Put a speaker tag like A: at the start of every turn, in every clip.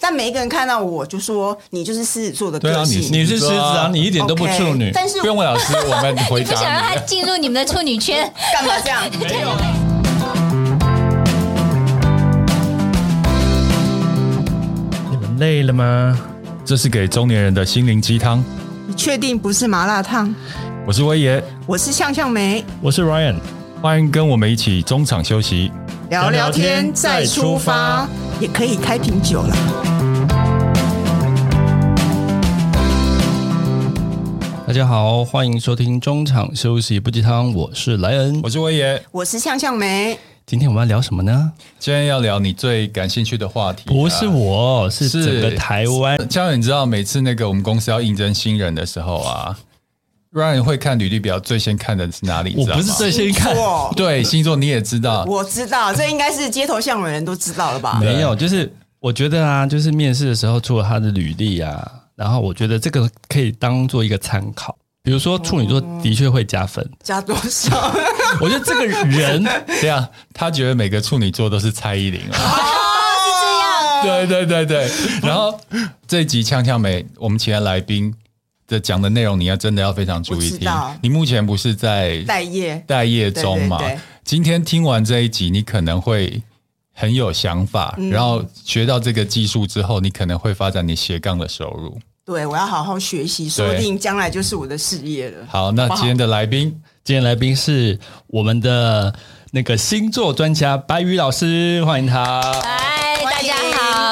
A: 但每一个人看到我就说你就是狮子座的
B: 对啊
A: 个，性，
B: 你你是狮子啊，你一点都不
A: OK，
B: 处女。
A: 但是
B: 不用问老师，我们回
C: 你 不想让
B: 答
C: 他进入你们的处女圈，
A: 干嘛这样？
B: 你。没有啊，
D: 你们累了吗？
B: 这是给中年人的心灵鸡汤。
A: 你确定不是麻辣烫？
B: 我是威爷，
A: 我是向向梅，
D: 我是 Ryan，
B: 欢迎跟我们一起中场休息。
A: 聊聊
D: 聊
A: 天
D: 天
A: 再
D: 再
A: 出
D: 出
A: 发
D: 发，
A: 也可以开瓶酒了。
E: 大家好，欢迎收听中场休息不鸡汤，我是莱恩
B: 我。是威爷，
A: 我是向向梅，
E: 今天我们要聊什么呢？
B: 今天要聊你最感兴趣的话题。
D: 不是我，是
B: 是
D: 整个台湾。
B: 嘉伟，你知道每次那个我们公司要应征新人的时候啊，Ryan 会看履历表，最先看的是哪里？你
D: 我
B: 知道
D: 不是
B: 吗
D: 最先看，
A: 错，
B: 对星座，你也知道。
A: 我知道，这应该是街头巷尾的人都知道了吧？
E: 没有，就是我觉得啊，就是面试的时候，除了他的履历啊，然后我觉得这个可以当做一个参考。比如说处女座的确会加分，
A: 加多少？
E: 我觉得这个人
B: 这样，他觉得每个处女座都是蔡依林 啊。对对对对，然后这一集锵锵美，我们请来来宾的讲的内容，你要真的要非常注意
A: 我知
B: 听
A: 道。
B: 你目前不是在
A: 待业，
B: 待业 中嘛
A: 对对对？
B: 今天听完这一集，你可能会很有想法，
A: 嗯
B: 然后学到这个技术之后，你可能会发展你斜杠的收入。
A: 对我要好好学习，说不
B: 对
A: 定将来就是我的事业了。
B: 好，那今天的来宾，
E: 今天来宾是我们的那个星座专家白宇老师，欢迎他。
C: 嗨，哎大家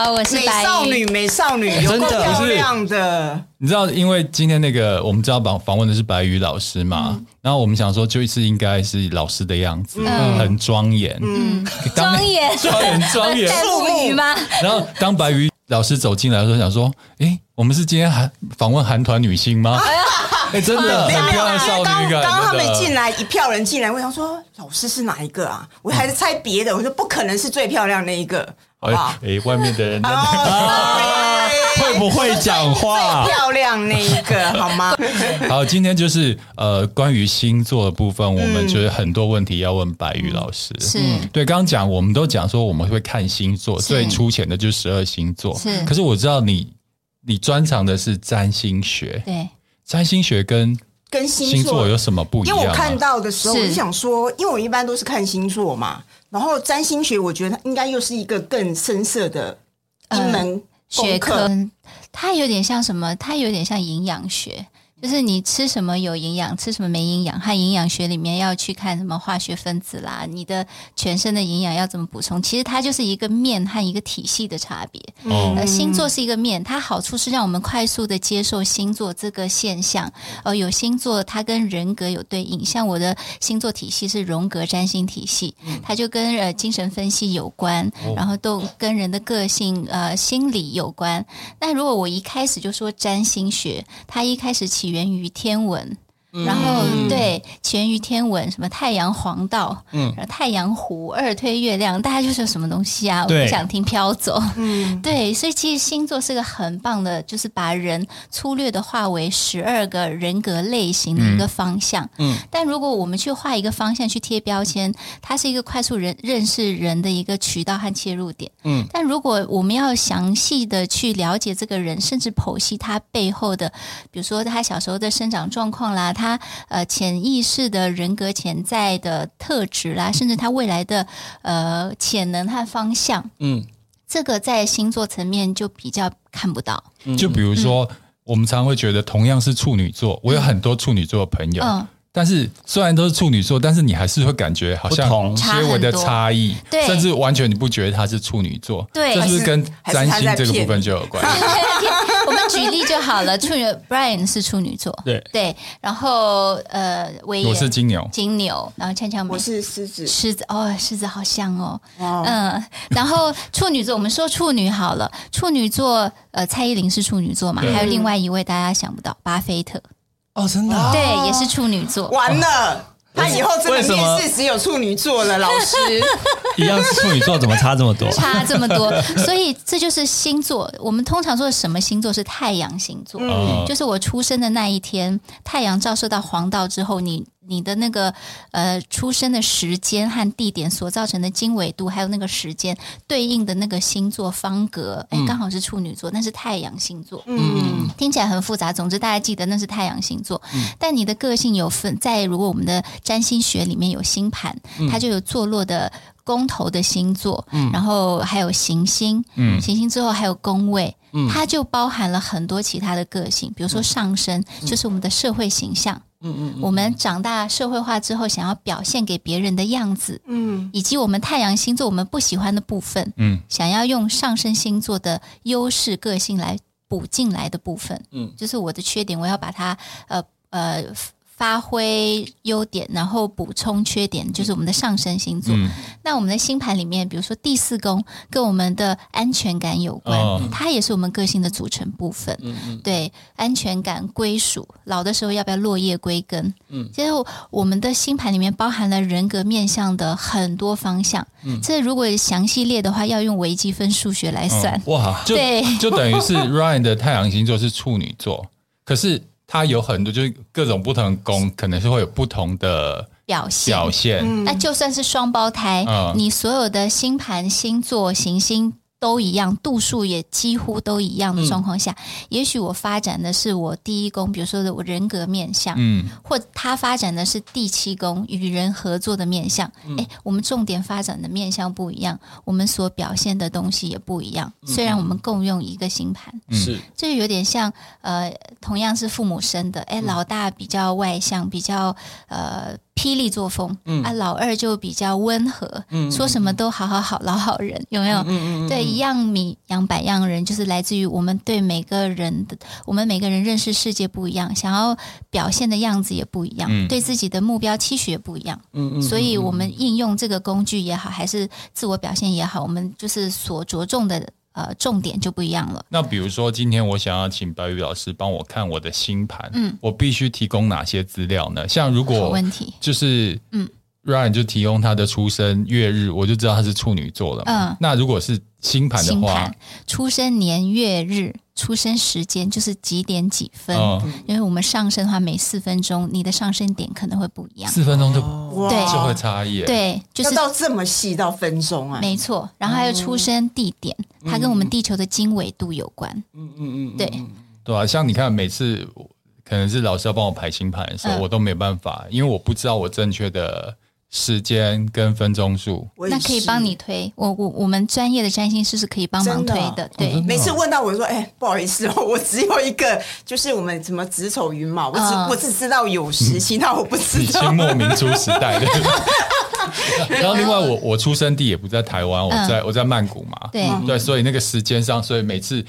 C: 好，我是
A: 美
C: 白
A: 少女，
C: 宇。
A: 美少女，有
E: 真
A: 够
E: 的
A: 漂亮的，
B: 你知道，因为今天那个我们知道访访问的是白宇老师嘛，
A: 嗯
B: 然后我们想说，就是应该是老师的样子，很庄严，嗯，
C: 庄严
B: 庄严，庄
A: 嗯
B: 严。
C: 在木鱼吗？
B: 然后当白宇老师走进来的时候，想说，诶，我们是今天韩访问韩团女星吗？哎，真 的，很漂亮的少
A: 刚
B: 女感。
A: 刚他们
B: 真的
A: 进来一票人进来，我想说老师是哪一个啊？我还在猜别的，我说不可能是最漂亮那一个，好不好
B: 哎？哎，外面的人，
A: 哦，sorry
D: 会不会讲话？
A: 漂亮那一个好 吗？
B: 好，今天就是呃，关于星座的部分，我们就是很多问题要问白宇老师。嗯
C: 是
B: 对，刚刚讲我们都讲说我们会看星座，
C: 是
B: 最粗浅的就是十二星座。
C: 是
B: 可是我知道你你专长的是占星学，
C: 对，
B: 占星学跟
A: 跟星
B: 星座有什么不一
A: 因
B: 样、啊？
A: 为我看到的时候，
C: 是
A: 我就想说，因为我一般都是看星座嘛，然后占星学，我觉得它应该又是一个更深色的一门
C: 呃
A: 功
C: 学科
A: 课。
C: 它有点像什么？它有点像营养学，就是你吃什么有营养，吃什么没营养，和营养学里面要去看什么化学分子啦，你的全身的营养要怎么补充？其实它就是一个面和一个体系的差别。
B: 哦，
C: 呃，星座是一个面，它好处是让我们快速的接受星座这个现象。呃，有星座它跟人格有对应，像我的星座体系是荣格占星体系，它就跟呃精神分析有关，然后都跟人的个性呃心理有关。那如果我一开始就说占星学，它一开始起源于天文。然后对，起源于天文，什么太阳黄道，嗯，太阳湖、二推月亮，大家就说什么东西啊？我
D: 对
C: 不想听飘走，
A: 嗯，
C: 对，所以其实星座是个很棒的，就是把人粗略的划为十二个人格类型的一个方向。嗯，但如果我们去画一个方向去贴标签，它是一个快速人认识人的一个渠道和切入点。嗯，但如果我们要详细的去了解这个人，甚至剖析他背后的，比如说他小时候的生长状况啦，他呃潜意识的人格潜在的特质啦，甚至他未来的呃潜能和方向。
B: 嗯
C: 这个在星座层面就比较看不到。
B: 就比如说，我们常常会觉得同样是处女座，我有很多处女座的朋友，
C: 嗯
B: 但是虽然都是处女座，但是你还是会感觉好像
E: 不同
B: 些微的差异，
C: 差很多对
B: 甚至完全你不觉得他是处女座，
C: 对
B: 这是不是跟占星这个部分就有关系？
C: 我们举例就好了，处女 Brian 是处女座，
E: 对
C: 对，然后呃，维也
B: 我是金牛，
C: 金牛，然后锵锵
A: 我
C: 美
A: 是狮子，
C: 狮子，哦，狮子好像哦，
A: 哦，
C: 嗯，然后处女座，我们说处女好了， 处女座，呃，蔡依林是处女座嘛，
B: 对
C: 还有另外一位大家想不到，巴菲特，
E: 哦，真的、
C: 对，也是处女座，
A: 完了，他以后真
E: 为
A: 的
E: 什么
A: 面试只有处女座了，老师。
D: 一样是处女座，怎么差这么多？
C: 差这么多，所以这就是星座。我们通常说什么星座是太阳星座，
B: 嗯
C: 就是我出生的那一天，太阳照射到黄道之后，你你的那个呃出生的时间和地点所造成的经纬度，还有那个时间对应的那个星座方格，哎，刚好是处女座，那是太阳星座，嗯，听起来很复杂。总之，大家记得那是太阳星座，但你的个性有分在，如果我们的占星学里面有星盘，它就有坐落的。公头的星座，然后还有行星，行星之后还有宫位，它就包含了很多其他的个性，比如说上升，就是我们的社会形象，我们长大社会化之后想要表现给别人的样子，
A: 嗯，
C: 以及我们太阳星座我们不喜欢的部分，
B: 嗯，
C: 想要用上升星座的优势个性来补进来的部分，
E: 嗯，
C: 就是我的缺点，我要把它呃呃发挥优点，然后补充缺点，就是我们的上升星座。
B: 嗯
C: 那我们的星盘里面，比如说第四宫跟我们的安全感有关，
B: 哦
C: 它也是我们个性的组成部分。
E: 嗯嗯
C: 对安全感、归属，老的时候要不要落叶归根？嗯，其实我们的星盘里面包含了人格面向的很多方向。嗯，这如果详细列的话，要用微积分数学来算。
E: 哦
D: 哇，
B: 就
C: 对
B: 就等于是 Ryan 的太阳星座是处女座，可是他有很多就是各种不同的宫，可能是会有不同的
C: 表现，
B: 表现。
C: 那就算是双胞胎，
B: 嗯
C: 你所有的星盘、星座、行星都一样，度数也几乎都一样的状况下，
B: 嗯
C: 也许我发展的是我第一宫，比如说我人格面相，
B: 嗯，
C: 或他发展的是第七宫与人合作的面相，
B: 嗯
C: 哎、我们重点发展的面相不一样，我们所表现的东西也不一样。
B: 嗯
C: 虽然我们共用一个星盘，
E: 是
C: 这就有点像呃，同样是父母生的，哎，老大比较外向，比较呃霹雳作风，啊，老二就比较温和，说什么都好好好，老好人，有没有？对，一样米养百样人，就是来自于我们对每个人的，我们每个人认识世界不一样，想要表现的样子也不一样，
B: 嗯
C: 对自己的目标期许也不一样，所以我们应用这个工具也好，还是自我表现也好，我们就是所着重的呃重点就不一样了。
B: 那比如说今天我想要请白宇老师帮我看我的星盘，
C: 嗯
B: 我必须提供哪些资料呢？像如
C: 好
B: 果
C: 问题。
B: 就是
C: 嗯
B: Ryan 就提供他的出生月日，我就知道他是处女座了嘛。
C: 嗯
B: 那如果是星盘的
C: 星
B: 话
C: 盘，、出生年月日、出生时间就是几点几分，
B: 嗯，
C: 因为我们上升的话，每四分钟你的上升点可能会不一样。
B: 四分钟就
A: 哇
C: 对
B: 就会差异。，
C: 哦对，就
A: 要
C: 是
A: 到这么细到分钟啊，
C: 没错。然后还有出生地点，它跟我们地球的经纬度有关。
E: 嗯嗯嗯，
C: 对，
B: 对啊，像你看，每次可能是老师要帮我排星盘的时候，
C: 嗯
B: 我都没办法，因为我不知道我正确的时间跟分钟数。
A: 我也
C: 那
A: 是
C: 可以帮你。推，我我我们专业的占星师是可以帮忙
A: 真的
C: 推的。对，
A: 每次
B: 嗯
A: 问到我说：“哎、不好意思 哦，我只有一个，就是我们什么子丑寅卯，我只、
C: 嗯
A: 我只知道有时，其他我不
B: 嗯你
A: 知道。
B: 清末民初时代的。然后另外我我出生地也不在台湾，我在、我在曼谷嘛，
C: 对
B: 对，所以那个时间上，所以每次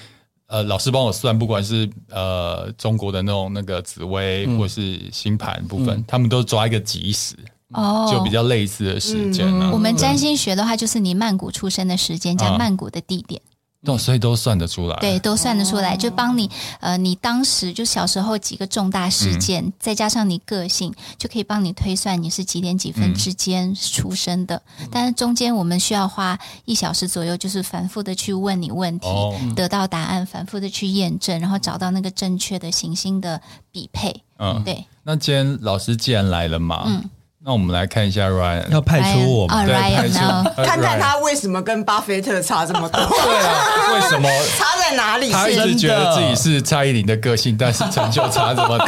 B: 呃老师帮我算，不管是呃中国的那种那个紫薇、或是星盘部分，他们都抓一个吉时，
C: 哦，嗯
B: 就比较类似的时间呢、啊
C: 我们占星学的话，就是你曼谷出生的时间加
B: 嗯
C: 曼谷的地点。
B: 对，所以都算得出来。
C: 对，都算得出来，就帮你呃，你当时就小时候几个重大事件，再加上你个性，就可以帮你推算你是几点几分之间出生的。但是中间我们需要花一小时左右，就是反复的去问你问题，
B: 哦
C: 得到答案，反复的去验证，然后找到那个正确的行星的比配。
B: 嗯，
C: 对，
B: 那今天老师既然来了嘛，
C: 嗯
B: 那我们来看一下 Ryan，
D: 要派出我
C: 啊
A: 哎
D: 们，
B: 派
C: ，Ryan，
B: 出
C: 然后
B: 呃
A: 看看
B: Ryan
A: 他为什么跟巴菲特差这么多，
B: 对啊，为什么
A: 差在哪里？
B: 他一直觉得自己是蔡依林的个性，但是成就差这 么多？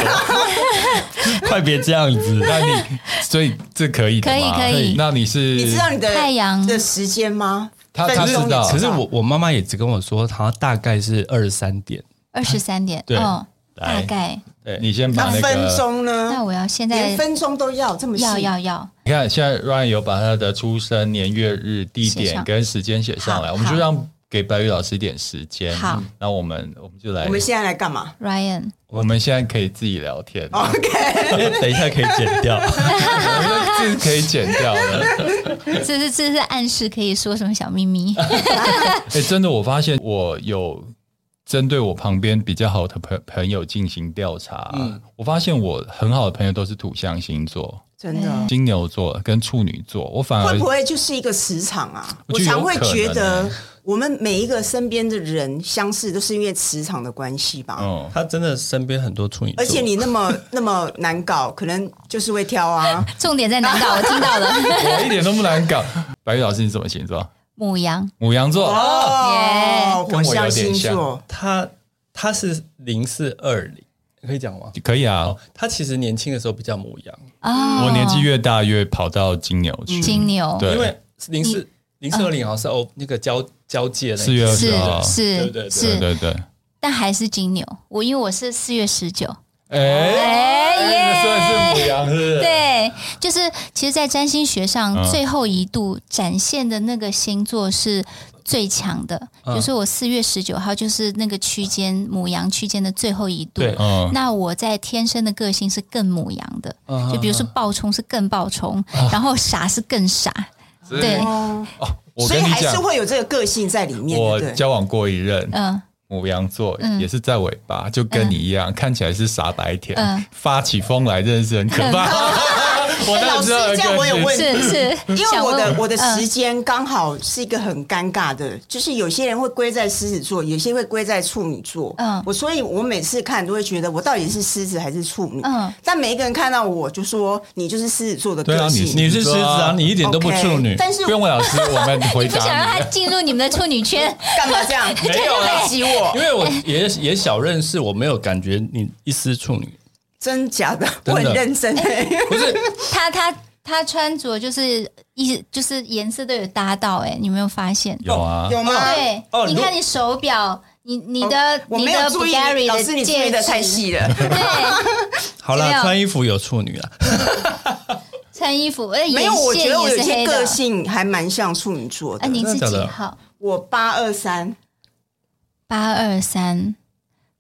D: 快别这样 子。
B: 那你所以这可以的吗
C: 可以可以
B: 那你是
A: 你知道你的
C: 太阳
A: 的时间吗？
B: 他他
A: 分钟
B: 知道
A: 你
E: 可是我我妈妈也只跟我说，好像大概是二十三 点，
C: 二十三点，
E: 对
C: 哦，
E: 来
C: 大概。
B: 你先把
A: 那
B: 那
A: 分
B: 个，
A: 钟
C: 那
A: 呢？
C: 我要现在
A: 连分钟都要这么细？
C: 要要要，
B: 你看现在 Ryan 有把他的出生年月日、地
C: 写
B: 点
C: 上
B: 跟时间写上来，
C: 好
B: 我们就让给白宇老师一点时间。
C: 好，
B: 那我们我们就来
A: 我，们现在来干嘛
C: Ryan，
B: 我们现在可以自己聊天，
A: 哦
B: 我
A: ？OK，
E: 哎
D: 等一下可以剪 掉，
B: 们这是可以剪掉的。
C: 这是这是暗示可以说什么小秘密？
B: 哎、真的，我发现我有针对我旁边比较好的朋朋友进行调查，我发现我很好的朋友都是土象星座，
A: 真的。
B: 金牛座跟处女座，我反
A: 会
B: 而
A: 不 会就是一个磁场啊？
B: 啊我
A: 我
B: 觉得有
A: 常会觉
B: 可能欸
A: 得，我们每一个身边的人相似，都是因为磁场的关系吧。
B: 嗯，
E: 他真的身边很多处女座，
A: 而且你那么那么难搞，可能就是会挑 啊。
C: 重点在 哪搞？我听到了，
B: 我一点都不难搞。 白玉老师，你什么星座？
C: 母羊
B: 母羊座。
A: 哦，
B: 哦跟
A: 火
B: 我有
A: 象
B: 点
A: 星
B: 像
A: 座，
E: 他他是零四二零，可以讲吗？
B: 可以啊，
E: 他其实年轻的时候比较母羊，
C: 啊，
B: 我年纪越大越跑到金牛去。
C: 金牛
B: 对
E: 因为零四零四二
A: 嗯
E: 零好像是哦那个交交界那一
B: 四月
E: 天
B: 二
C: 是
B: 十号，
E: 对对对
C: 是
B: 对
C: 是，
B: 对对，
C: 但还是金牛。我因为我是四月十九，
B: 哎，
C: 哎
B: 那算是母羊是不是？
C: 对，就是其实，在占星学上，
B: 嗯
C: 最后一度展现的那个星座是最强的，比如说我四月十九号就是那个区间母羊区间的最后一度。
E: 对
B: 嗯，
C: 那我在天生的个性是更母羊的，
E: 嗯
C: 就比如说暴冲是更暴冲，然后傻是更傻，对，
B: 我
A: 所以
B: 跟你
A: 还
B: 讲
A: 是，会有这个个性在里面，
B: 我
A: 对不对？
B: 交往过一任
C: 嗯，
B: 母羊座，
C: 嗯
B: 也是在尾巴，就跟你
A: 嗯
B: 一样，看起来是傻白甜
C: 嗯，
B: 发起疯来真的是很可怕。 我那时候
A: 哎老师这样我有问
C: 是是，
A: 因为我
C: 想
A: 的
C: 问
A: 我的
C: 嗯
A: 时间刚好是一个很尴尬的，就是有些人会归在狮子座，有些会归在处女座。
C: 嗯
A: 嗯，我所以，我每次看都会觉得我到底是狮子还是处女。
C: 嗯
A: 嗯，但每一个人看到我就说你就是狮子座的
B: 对啊
A: 个性，
B: 你
E: 你是狮子啊，你一点都不处女
A: OK，但是
B: 不用问老师，我们回
C: 你不想让
B: 答
C: 他进入你们的处女圈，
A: 干嘛这样？
E: 没 有啦
A: 挤我
E: 因，为我也也小认识，我没有感觉你一丝处女，
A: 真假的？
E: 的
A: 我很认真哎、
E: 不是
C: 他他他穿着就是一就是颜色都有搭到、哎，你有没有发现？
B: 你。有啊，
A: 有吗？
C: 对，
E: 哦
C: 你
E: 如
C: 看你手表，你你的、
A: 哦我
C: 你
A: 没有
C: 的
A: 注意
C: Bulgari，
A: 老师你注意
C: 戒
A: 的
C: 指
A: 太。细了。
C: 对，
E: 好
C: 怎么
E: 啦，
C: 样
E: 穿衣服有处女啦，啊
C: 穿 衣服，哎，
A: 没有，
C: 眼
A: 我
C: 线
A: 觉得我
C: 也
A: 有
C: 是黑
A: 些
C: 的
A: 个。性还蛮像处女座的。
C: 哎、你是
E: 真的假
C: 几
E: 的
C: 号？
A: 我八二三，
C: 八二三，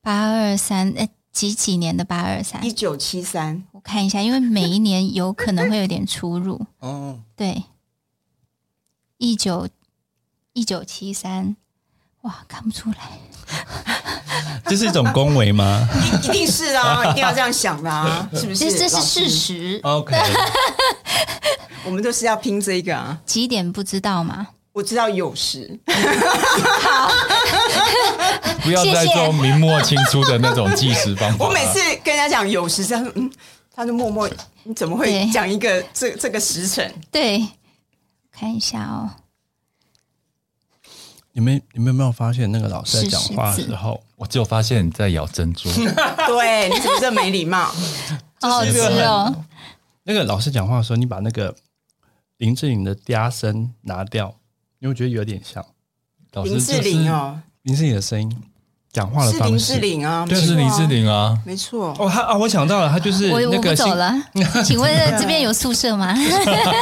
C: 八二三，哎，几几年的八二三
A: 一？九七三，
C: 我看一下，因为每一年有可能会有点出入。
E: 哦，
C: 对，一九一九七三，哇，看不出来。
E: 这是一种恭维吗
A: 一定是 啊，一定要这样想的啊，是不是？
C: 其实这是
A: 老师
C: 事实，
E: 哦？OK，
A: 我们就是要拼这一个啊！
C: 几点不知道嘛？
A: 我知道有时，
B: 不要再
C: 谢谢
B: 做明末清初的那种计时方法了。
A: 我每次跟人家讲有时，他说嗯，他就默默，你怎么会
C: 对
A: 讲一个这这个时 辰？
C: 对，看一下哦，
E: 你们你们有没有发现那个老师在讲话的
C: 是狮
E: 时候，
B: 我只有发现你在咬 珍珠，
A: 对，你怎么这没礼貌？
C: 好好
E: 这
C: 吃
E: 是一个
C: 哦。
E: 那个老师讲话的时候，你把那个林志颖的嗲声拿掉，你会觉得有点像
B: 老师
A: 林
B: 就是
A: 志玲哦，
E: 林志颖的声音讲话的
A: 是
E: 方
A: 林
E: 式。
A: 志玲啊，
B: 就是林志玲啊，
A: 没错，
E: 哦，他啊，我想到了，他就是
C: 我
E: 那
C: 我不
E: 个星
C: 走了，请问这边有宿舍吗？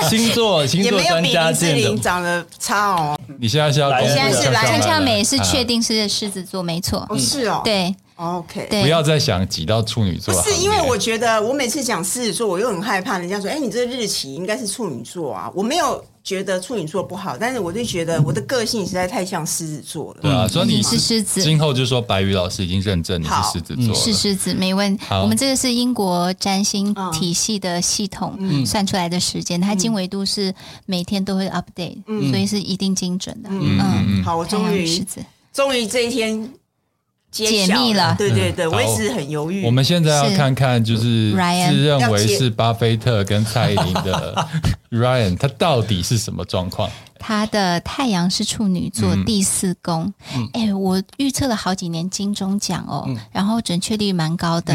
E: 星座星
A: 也
E: 座
A: 没有
E: 专
A: 比
E: 家
A: 林志
E: 见
A: 玲
E: 的，
A: 长得差哦。
B: 你现在是要公布
A: 现在是来
B: 啊
C: 陈
A: 来
C: 俏美是确定是狮子座，没错。
B: 嗯
A: 哦，是哦，
C: 对
A: 哦，OK，
C: 对，
B: 不要再想挤到处女
A: 不
B: 座行
A: 哦是
B: 列，
A: 因为我觉得我每次讲狮子座，我又很害怕人家说：“哎、你这日期应该是处女座啊。”我没有觉得处女座不好，但是我就觉得我的个性实在太像狮子座了。
B: 对啊，所以
C: 你
B: 你
C: 是狮子
B: 今后就说白宇老师已经认证你是
A: 好嗯
B: 狮子座了，
C: 是狮子，没问。
B: 好
C: 我们这个是英国占星
A: 嗯
C: 体系的系统算出来的时间，它经纬度是每天都会 update，所以是一定精准的。嗯，
A: 好，嗯我
C: 太阳
A: 终
C: 狮
A: 于
C: 子，
A: 终于这一天揭
C: 解
A: 晓
C: 密了
A: 对对对，
B: 嗯好
A: 我一直很犹豫。
B: 我们现在要看看，就是
C: 是 Ryan
B: 自认
A: 要
B: 为
A: 解
B: 是巴菲特跟蔡依林的 Ryan，他到底是什么状况？
C: 他的太阳是处女座
B: 嗯
C: 第四宫，哎、我预测了好几年金钟奖哦，
B: 嗯
C: 然后准确率蛮高的。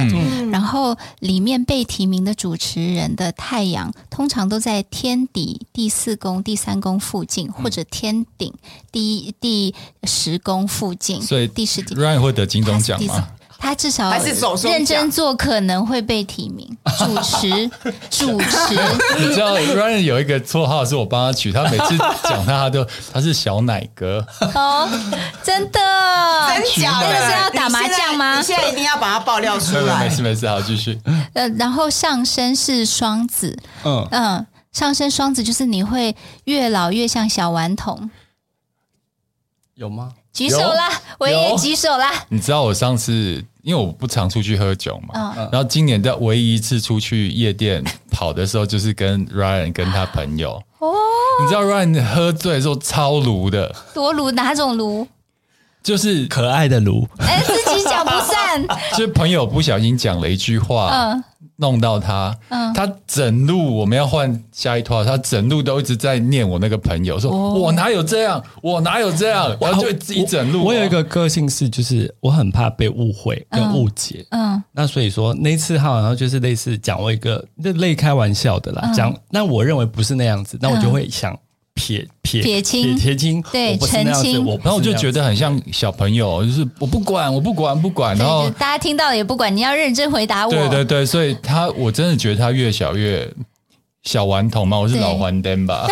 C: 然后里面被提名的主持人的太阳，通常都在天底第四宫、第三宫附
B: 嗯
C: 近，或者天顶第一第十宫附近，
B: 所以
C: 第十几。
B: Ryan 会得金
C: 他
B: 钟
C: 是
B: 奖
C: 第四
B: 吗？
C: 他至少
A: 还是手中奖
C: 认真做，可能会被提名。主 持，主持，
B: 你知道 Ryan 有一个绰号是我帮他取，他每次讲他，他就 他是小奶哥，
C: 哦，真的，
A: 真假的
C: 真的是要打麻将吗
A: 你现在你现在一定要把它爆料出
B: 没有没
A: 来。
B: 事没事，好继续。
C: 呃，然后上升是双子，
E: 嗯，
C: 嗯，上升双子就是你会越老越像小顽童，
E: 有吗？
C: 举手啦，我也举手啦。
B: 你知道我上次，因为我不常出去喝酒嘛，
C: 嗯
B: 然后今年的唯一一次出去夜店跑的时候，就是跟 Ryan 跟他朋友。
C: 哦，
B: 你知道 Ryan 喝醉的时候超卢的，
C: 多炉哪种炉？
B: 就是
D: 可爱的卢，
C: 哎，自己讲不 散。
B: 就是朋友不小心讲了一句话，
C: 嗯
B: 弄到他，
C: 嗯
B: 他整路我们要换下一套，他整路都一直在念我那个朋友，说、
C: 哦
B: 我哪有这样，我哪有这样，然后就一整路
E: 哦
B: 啊
E: 我有一个个性是，就是我很怕被误会跟误解。
C: 嗯
E: 那所以说那次他好像就是类似讲我一个那类开玩笑的啦，讲那我认为不是那样子，那我就会想撇撇
C: 撇清
E: 撇撇清，
C: 对
E: 我不是那样
C: 澄
E: 子，
C: 清
E: 我
B: 然后我就觉
E: 得
B: 得很像小朋友，就是我不管，我不管，不管。
C: 对
B: 然后
C: 就，大家听到了也不管，你要认真回答我。
B: 对对对，所以他我真的觉得他越小越小顽童嘛，我是
C: 对
B: 老顽童 吧？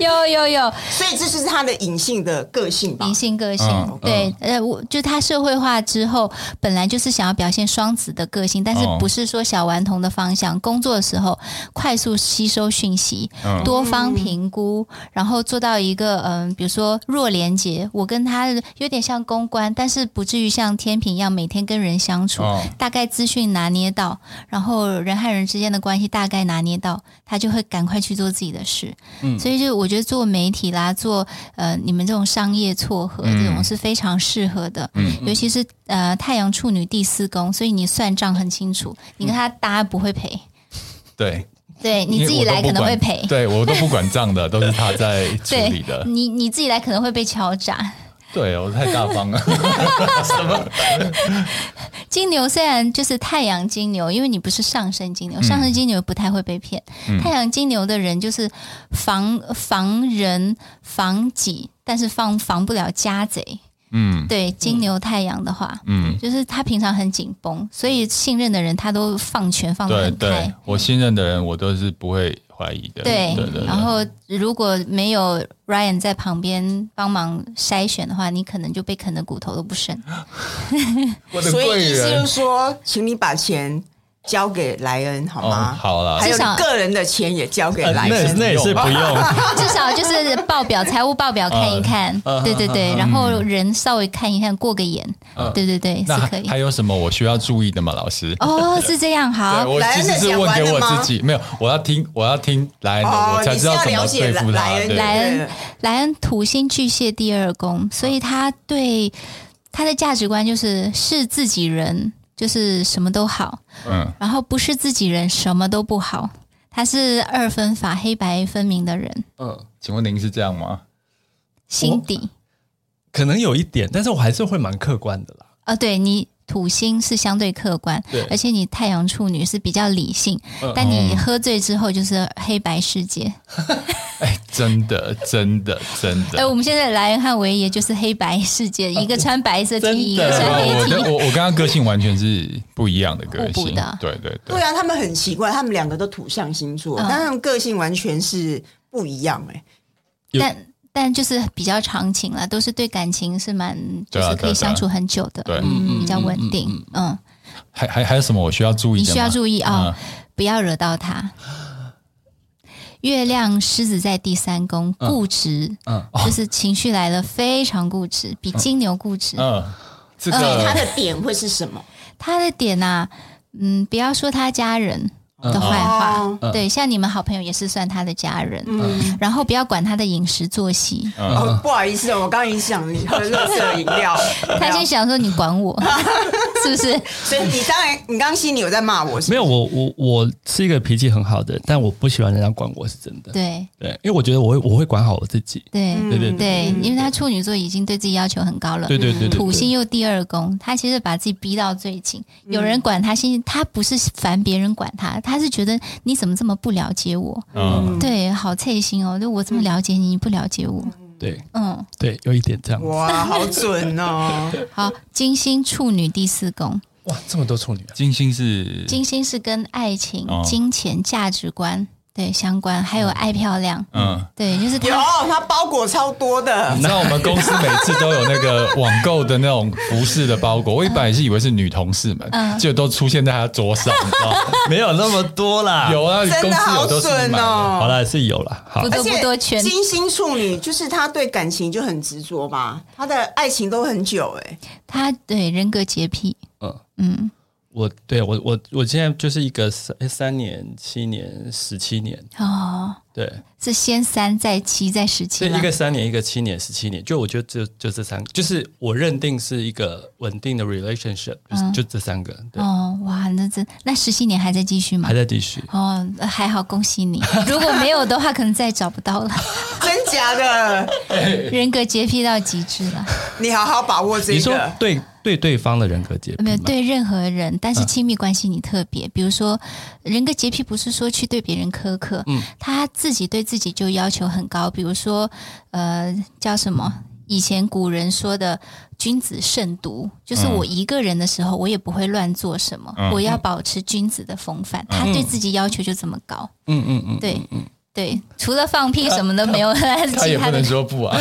C: 有有有，
A: 所以这就是他的隐性的个性吧
C: 明。星个性，
B: 嗯
C: 对，呃，我就他社会化之后，本来就是想要表现双子的个性，但是
B: 哦
C: 不是说小顽童的方向。工作的时候快速吸收讯息，
B: 嗯
C: 多方评估，然后做到一个嗯、比如说弱连接，我跟他有点像公关，但是不至于像天平一样每天跟人相处，
B: 哦
C: 大概资讯拿捏到，然后人和人之间的关系大概拿捏到，他就会赶快去做自己的事。
B: 嗯
C: 所以就我觉得做媒体啦，做呃你们这种商业撮合、
B: 嗯
C: 这种是非常适合的，
B: 嗯
C: 尤其是呃太阳处女第四宫，所以你算账很清楚，
B: 嗯
C: 你跟他搭不会赔，
B: 对，
C: 对你自己
B: 因为我
C: 来
B: 都不
C: 可能会
B: 管
C: 赔，
B: 对我都不管账的，都是他在处理
C: 对
B: 的。
C: 你你自己来可能会被敲诈。
B: 对我太大方了，
C: 金牛虽然就是太阳金牛，因为你不是上升金
B: 嗯
C: 牛，上升金牛不太会被骗。太阳金牛的人就是防防人防己，但是防防不了家贼。
B: 嗯
C: 对金牛太阳的话，
B: 嗯。
C: 就是他平常很紧绷，所以信任的人他都放权放得
B: 对
C: 哦很
B: 对
C: 开。，
B: 我信任的人，我都是不会怀疑的。
C: 对哦
B: 对对，
C: 然后如果没有 Ryan 在旁边帮忙筛选的话，你可能就被啃的骨头都不剩。
B: 我
A: 所以意思就是说，请你把钱交给莱恩好
B: 哦，
A: 吗？
B: 好啦
A: 还，有
C: 至
A: 你
C: 少
A: 个人的钱也交给莱
D: 那也
A: 恩。
D: 那也是不用，
C: 至少就是报表、财务报表看一看，
B: 嗯
C: 对对对，然后人稍微看一看，过个眼，对对对，
B: 嗯那
C: 是可
B: 还
C: 以
B: 还。有什么我需要注意的吗，老师？
C: 哦，是这样，
B: 对，
C: 好，
B: 我
A: 莱
B: 其
A: 恩的
B: 实是
A: 讲
B: 问
A: 完
B: 给
A: 了
B: 我
A: 吗
B: 自己，没有，我要听，我要听莱恩的，
A: 哦
B: 我才知道怎么对付
A: 你是要了解莱
B: 他。
A: 莱恩
B: 对
A: 的
C: 莱恩
A: 对，
C: 莱恩土星巨蟹第二宫，所以他对他的价值观就是是自己人，就是什么都好，
B: 嗯，
C: 然后不是自己人，什么都不好。他是二分法，黑白分明的人，
E: 嗯，
B: 请问您是这样吗？
C: 心底
E: 可能有一点，但是我还是会蛮客观的啦。
C: 啊、对你土星是相对客观
E: 对，
C: 而且你太阳处女是比较理性，
E: 嗯
C: 但你喝醉之后就是黑白世界。
B: 真的，真的，真
C: 哎、我
B: 的。
C: 们现在莱恩和维也就是黑白世界，
B: 啊
C: 一个穿白色 T，
E: 真的
C: 一个穿
B: 我
C: 黑
B: 我
C: T。
B: 跟我我跟他个性完全是不一样的个
C: 互补
B: 性
C: 的，
B: 对对对
A: 对。啊，他们很奇怪，他们两个都土象星座，
C: 嗯
A: 但他们个性完全是不一样哎、
E: 有
C: 但但就是比较长情了，都是对感情是蛮就
B: 对啊
C: 是可
B: 对
C: 以
B: 啊
C: 相处很久的，
B: 对
C: 嗯，比较稳定，嗯，
B: 还还还有什么我需要注意
C: 你
B: 的吗？
C: 需要注意啊、
B: 嗯
C: 不要惹到他。月亮狮子在第三宫，固执，
E: 嗯
B: 哦
C: 就是情绪来了非常固执，比金牛固执。
B: 嗯，这
A: 所以他
B: 个
A: 的点会是什么？
C: 他的点呐、嗯，不要说他家人
B: 嗯
C: 的坏话，
A: 哦
C: 对，像你们好朋友也是算他的家人，
A: 嗯，
C: 然后不要管他的饮食作息，
B: 嗯
E: 嗯
A: 哦，不好意思哦，我刚刚已经想你喝热色饮 料，
C: 他先想说你管我， 是不是？
A: 啊所以你当然，你刚刚心里有在骂我是不
E: 没
A: 是
E: 有，我我我是一个脾气很好的人，但我不喜欢人家管我是真的。
C: 对
E: 对，因为我觉得我会我会管好我自己。
C: 对、
E: 对对对
C: 对，因为他处女座已经对自己要求很高了，
E: 对对对对，
C: 土
E: 对
C: 星又第二宫，他其实把自己逼到最紧，
E: 嗯
C: 有人管他，心他不是烦别人管他，他是觉得你怎么这么不了解我？
B: 嗯，
C: 对，好脆心哦，就我这么了解你，你不了解我，
E: 对
C: 嗯，
E: 对，有一点这样。
A: 哇，好准 哦！
C: 好，金星处女第四宫，
E: 哇，这么多处女啊！
B: 金星是
C: 金星是跟爱情
B: 哦、
C: 金钱、价值观。对相关，还有爱漂亮，
B: 嗯，
C: 对，就是
A: 有
C: 他，
A: 它包裹超多 的
B: 你，知道我们公司每次都有那个网购的那种服饰的包裹，我一般也是以为是女同事们，就都出现在她桌上，你知道吗？
D: 没有那么多啦。
B: 有啊，
A: 真
B: 公
A: 的
B: 司有
A: 好
B: 都是
A: 准
B: 买的。
D: 好
A: 哦。
D: 了，是有了。好
C: 不，
A: 而
C: 多不
A: 且
C: 多圈，
A: 金星处女就是她对感情就很执着吧，她的爱情都很久哎、
C: 他对人格洁癖，
E: 嗯
C: 嗯，
E: 我对我我我现在就是一个三诶三年、七年、十七年，
C: 哦，
E: 对，
C: 是先三再七再十
E: 所
C: 七
E: 以
C: 吗
E: 一个三年，一个七年，十七年，就我觉得就就这三个，就是我认定是一个稳定的 relationship，就是、就这三个，对，
C: 嗯哦，哇，那这那十七年还在继续吗
E: 还？在继续。
C: 哦，那还好，恭喜 你。如果没有的话，可能再也找不到了。
A: 真假的？
C: 人格洁癖到极致了，
A: 你好好把握这
E: 你说
A: 个。
E: 对对对方的人格洁癖
C: 没有
E: 吗？
C: 对任何人，但
E: 嗯
C: 是亲密关系你特别。比如说，人格洁癖不是说去对别人苛刻，
E: 嗯
C: 他自己对自己就要求很高。比如说，呃，叫什么？以前古人说的“君子慎独”，就是
E: 嗯
C: 我一个人的时候，我也不会乱做什么，我要保持君子的风范。他对自己要求就这么高，
E: 嗯嗯嗯，
C: 对对，除了放屁什么的没有，
B: 她
C: 其
B: 也不
C: 他的
B: 能说不啊！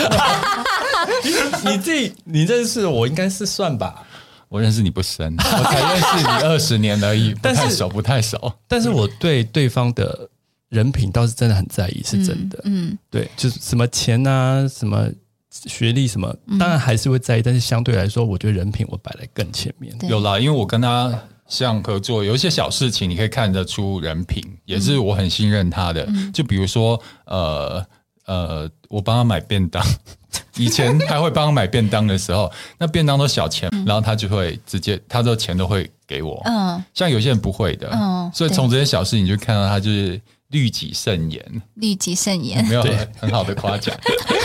E: 你自己你认识我应该是算吧，
B: 我认识你不深，我才认识你二十年而已，不
E: 但是
B: 太熟，不太熟。
E: 但是我对对方的人品倒是真的很在意，是真的。
C: 嗯。嗯
E: 对，就是什么钱啊，什么学历什么，
C: 嗯
E: 当然还是会在意，但是相对来说，我觉得人品我摆在更前面。
C: 对
B: 有啦，因为我跟他像合作，有一些小事情你可以看得出人品，也是我很信任他的。
C: 嗯
B: 就比如说，呃呃，我帮他买便当， 以前他会帮我买便当的时候，那便当都小钱，然后他就会直接，他的钱都会给我。
C: 嗯
B: 像有些人不会的，
C: 嗯
B: 所以从这些小事你就看到他就是律己慎言，
C: 律己慎言，
B: 没有很很好的夸 奖。
E: 嗯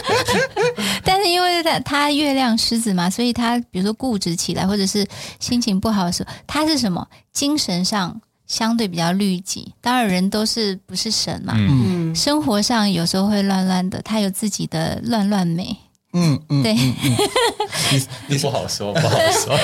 C: 但是因为他他月亮狮子嘛，所以他比如说固执起来，或者是心情不好的时候，他是什么？精神上相对比较律己，当然人都是不是神嘛，
A: 嗯，
C: 生活上有时候会乱乱的，他有自己的乱乱美，
E: 嗯嗯，
C: 对，
B: 你不好说，不好说。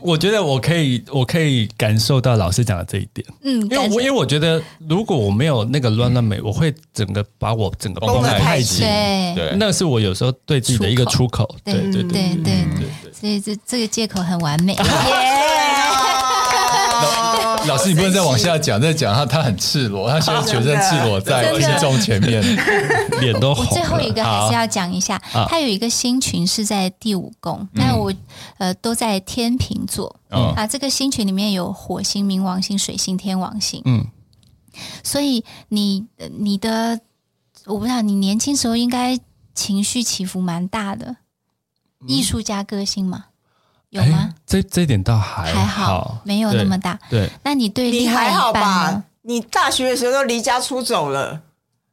E: 我觉得我可以，我可以感受到老师讲的这一点，
C: 嗯，
E: 因为
C: 感
E: 我因
C: 觉
E: 为我觉得如果我没有那个乱乱美，我会整个把我整个
A: 绷
E: 绷
A: 得
E: 得
A: 太
E: 太
A: 紧
E: 紧。
C: 对
B: 对，
E: 那是我有时候对自己的一个出口，
C: 对
E: 对对
C: 对
E: 对
C: 对对，所以这这个借口很完 美，
A: 哎
C: 耶！
A: 哦
B: 老师，你不能再往下讲，再讲他他很赤裸，他现 在全身赤裸在
C: 真的
B: 听众前 面。
E: 对脸都
C: 我
E: 红
C: 最后一
E: 了。
C: 个还是要讲一下
E: 好，
C: 他有一个星群是在第五宫，
E: 嗯
C: 那我呃都在天秤座
E: 哦
B: 嗯
C: 啊，这个星群里面有火星、冥王星、水星、天王星，
E: 嗯，
C: 所以你呃你的我不知道，你年轻时候应该情绪起伏蛮大的，艺术家个性嘛，有吗
E: 嗯哎？这这一点倒还
C: 还好，没有那么大。
E: 对。
C: 那哎你对
A: 你
C: 另外
A: 还
C: 一
A: 好
C: 半呢
A: 吧？？你大学的时候都离家出走了，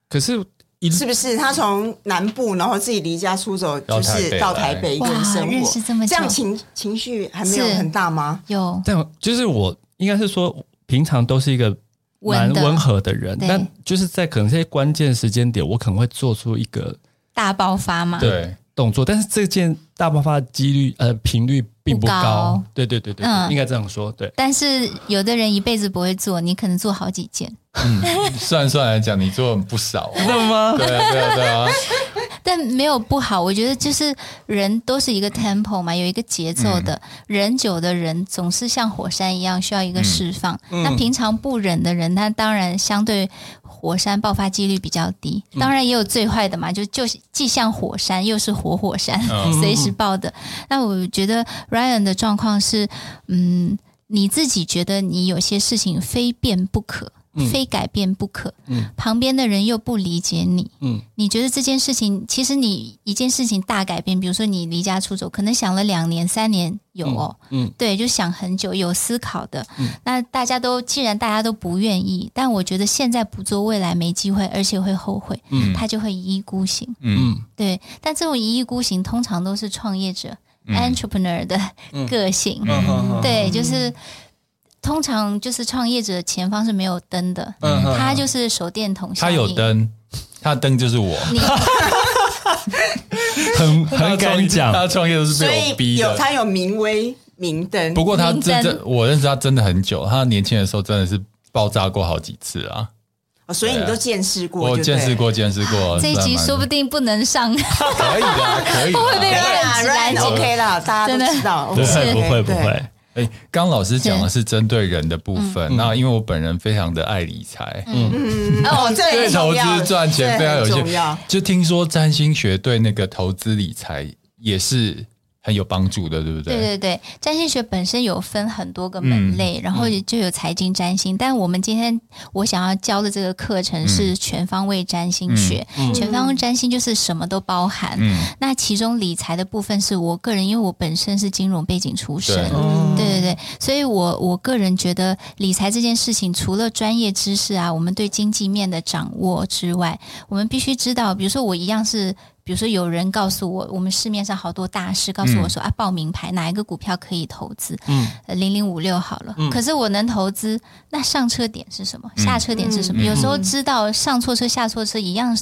E: 可是一
A: 是不是？他从南部，然后自己离家出走，
B: 到
A: 就
B: 台北
A: 是到台北一个人生
C: 哇认识
A: 活，
C: 这么久
A: 这样情情绪还没有
C: 是
A: 很大吗？
C: 有
E: 但就是我应该是说，平常都是一个蛮
C: 文的
E: 温和的人，
C: 对
E: 但就是在可能这些关键时间点，我可能会做出一个
C: 大爆发嘛？
B: 对，
E: 动作，但是这件大爆发的几率呃频率并不
C: 不高
E: 对对对对，
C: 嗯
E: 对应该这样说。对，
C: 但是有的人一辈子不会做，你可能做好几件。
B: 算算来讲，你做的不少。
E: 那吗？
B: 对啊，对啊，对啊，
C: 但没有不好，我觉得就是人都是一个 tempo 嘛，有一个节奏的。忍久的人总是像火山一样需要一个释放。那平常不忍的人，他当然相对火山爆发几率比较低。当然也有最坏的嘛，就就是既像火山又是活火山， 随时爆的。那我觉得 Ryan 的状况是，嗯，你自己觉得你有些事情非变不可。非改变不可，旁边的人又不理解你，你觉得这件事情，其实你一件事情大改变，比如说你离家出走，可能想了两年、三年有哦，
E: 嗯嗯
C: 对，就想很久，有思考的。那大家都既然大家都不愿意，但我觉得现在不做，未来没机会，而且会后悔，
B: 嗯
C: 他就会一意孤行。
B: 嗯
C: 对，但这种一意孤行通常都是创业者、entrepreneur 的个性，
E: 嗯
C: 对，就是。通常就是创业者前方是没有灯的，
E: 嗯
C: 他就是手电筒效
B: 他
C: 应。
B: 有灯，他的灯就是我。
C: 你
E: 很很敢
B: 他
E: 讲，
B: 的创业都是
A: 所
B: 被
A: 以
B: 我逼
A: 有
B: 的。
A: 他有名威明灯
B: 不，过他
C: 明
B: 真
C: 灯
B: 的，我认识他真的很久，他年轻的时候真的是爆炸过好几次啊。
A: 哦所以你都见识过，
B: 我
A: 就对
B: 见识过，见识过。
C: 啊这一集
B: 真的蛮
C: 说 不定不能上，
B: 可以的，可以的。
C: 会被
A: 对啊
C: 人来
A: Ryan
C: 讲
A: OK 啦，大家
C: 真的
A: 都知 道，
E: 不
A: OK，
E: 会不会不
A: 对
E: 会，
B: 哎，刚老师讲的是针对人的部
C: 嗯
B: 分，那因为我本人非常的爱理财，嗯，
A: 哦， 这
B: 对
A: 很
B: 投
A: 重要
B: 资赚钱非常有
A: 这很重要
B: 兴。就听说占星学对那个投资理财也是很有帮助的，对不
C: 对
B: 对？
C: 对对，占星学本身有分很多个门类，然后也就有财经占星。但我们今天我想要教的这个课程是全方位占星学，全方位占星就是什么都包含。那其中理财的部分是我个人，因为我本身是金融背景出身，
B: 对
C: 对对对，所以我我个人觉得理财这件事情，除了专业知识啊，我们对经济面的掌握之外，我们必须知道，比如说我一样是。比如说，有人告诉我，我们市面上好多大师告诉我说、啊，报名牌哪一个股票可以投资？嗯，零零五六好了、可是我能投资，那上车点是什么？下车点是什么？有时候知道上错车、下错车一样，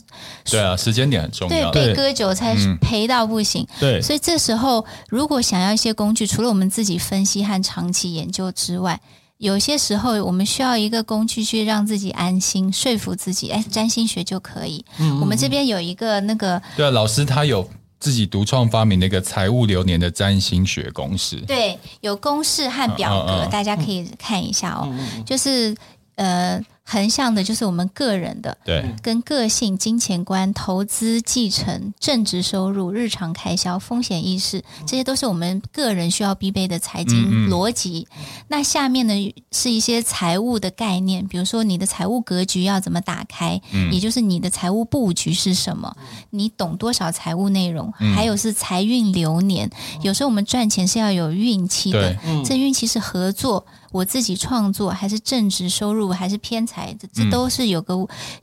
B: 对啊，时间点很重
C: 对
B: 要。
C: 被
E: 对
C: 割韭菜
B: 嗯
C: 赔到不行。
E: 对
C: 所以这时候，如果想要一些工具，除了我们自己分析和长期研究之外，有些时候我们需要一个工具去让自己安心，说服自己，哎，占星学就可以。我们这边有一个那个，
B: 对啊，老师他有自己独创发明那个财务流年的占星学公式。
C: 对，有公式和表格，
B: 嗯嗯嗯
C: 大家可以看一下哦。就是呃，横向的就是我们个人的，
B: 对，
C: 跟个性、金钱观、投资、继承、正职收入、日常开销、风险意识，这些都是我们个人需要必备的财
B: 嗯
C: 经
B: 嗯
C: 逻辑。那下面呢是一些财务的概念，比如说你的财务格局要怎么打开，
B: 嗯
C: 也就是你的财务布局是什么，你懂多少财务内容，还有是财运流年。有时候我们赚钱是要有运气的
B: 对，
C: 这运气是合作。我自己创作还是正职收入还是偏财，这这都是有个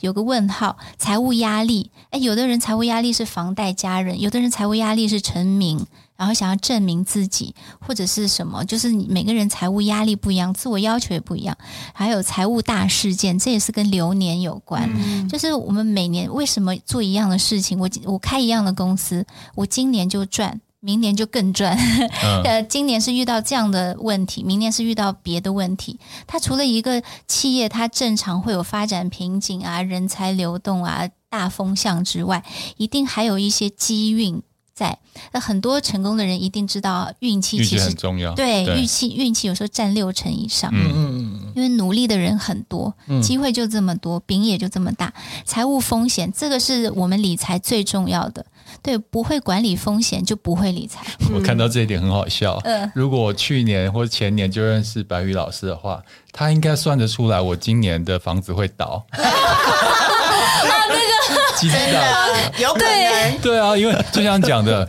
C: 有个问号，财务压力。哎，有的人财务压力是房贷、家人，有的人财务压力是成名，然后想要证明自己，或者是什么，就是你每个人财务压力不一样，自我要求也不一样。还有财务大事件，这也是跟流年有关。就是我们每年为什么做一样的事情？我我开一样的公司，我今年就赚。明年就更赚， 呃，今年是遇到这样的问题，明年是遇到别的问题。它除了一个企业它正常会有发展瓶颈啊、人才流动啊、大风向之外，一定还有一些机运在。那很多成功的人一定知道运气
B: 预
C: 其
B: 期
C: 实
B: 很重要。
C: 对运气运气有时候占六成以上，因为努力的人很多，机会就这么多，饼也就这么大。财务风险这个是我们理财最重要的，对，不会管理风险就不会理财。
B: 我看到这一点很好笑。
C: 嗯
B: 如果我去年或前年就认识白宇老师的话，他应该算得出来我今年的房子会倒。 其实啊
A: 对，呃有可能
B: 对啊，因为就像讲的，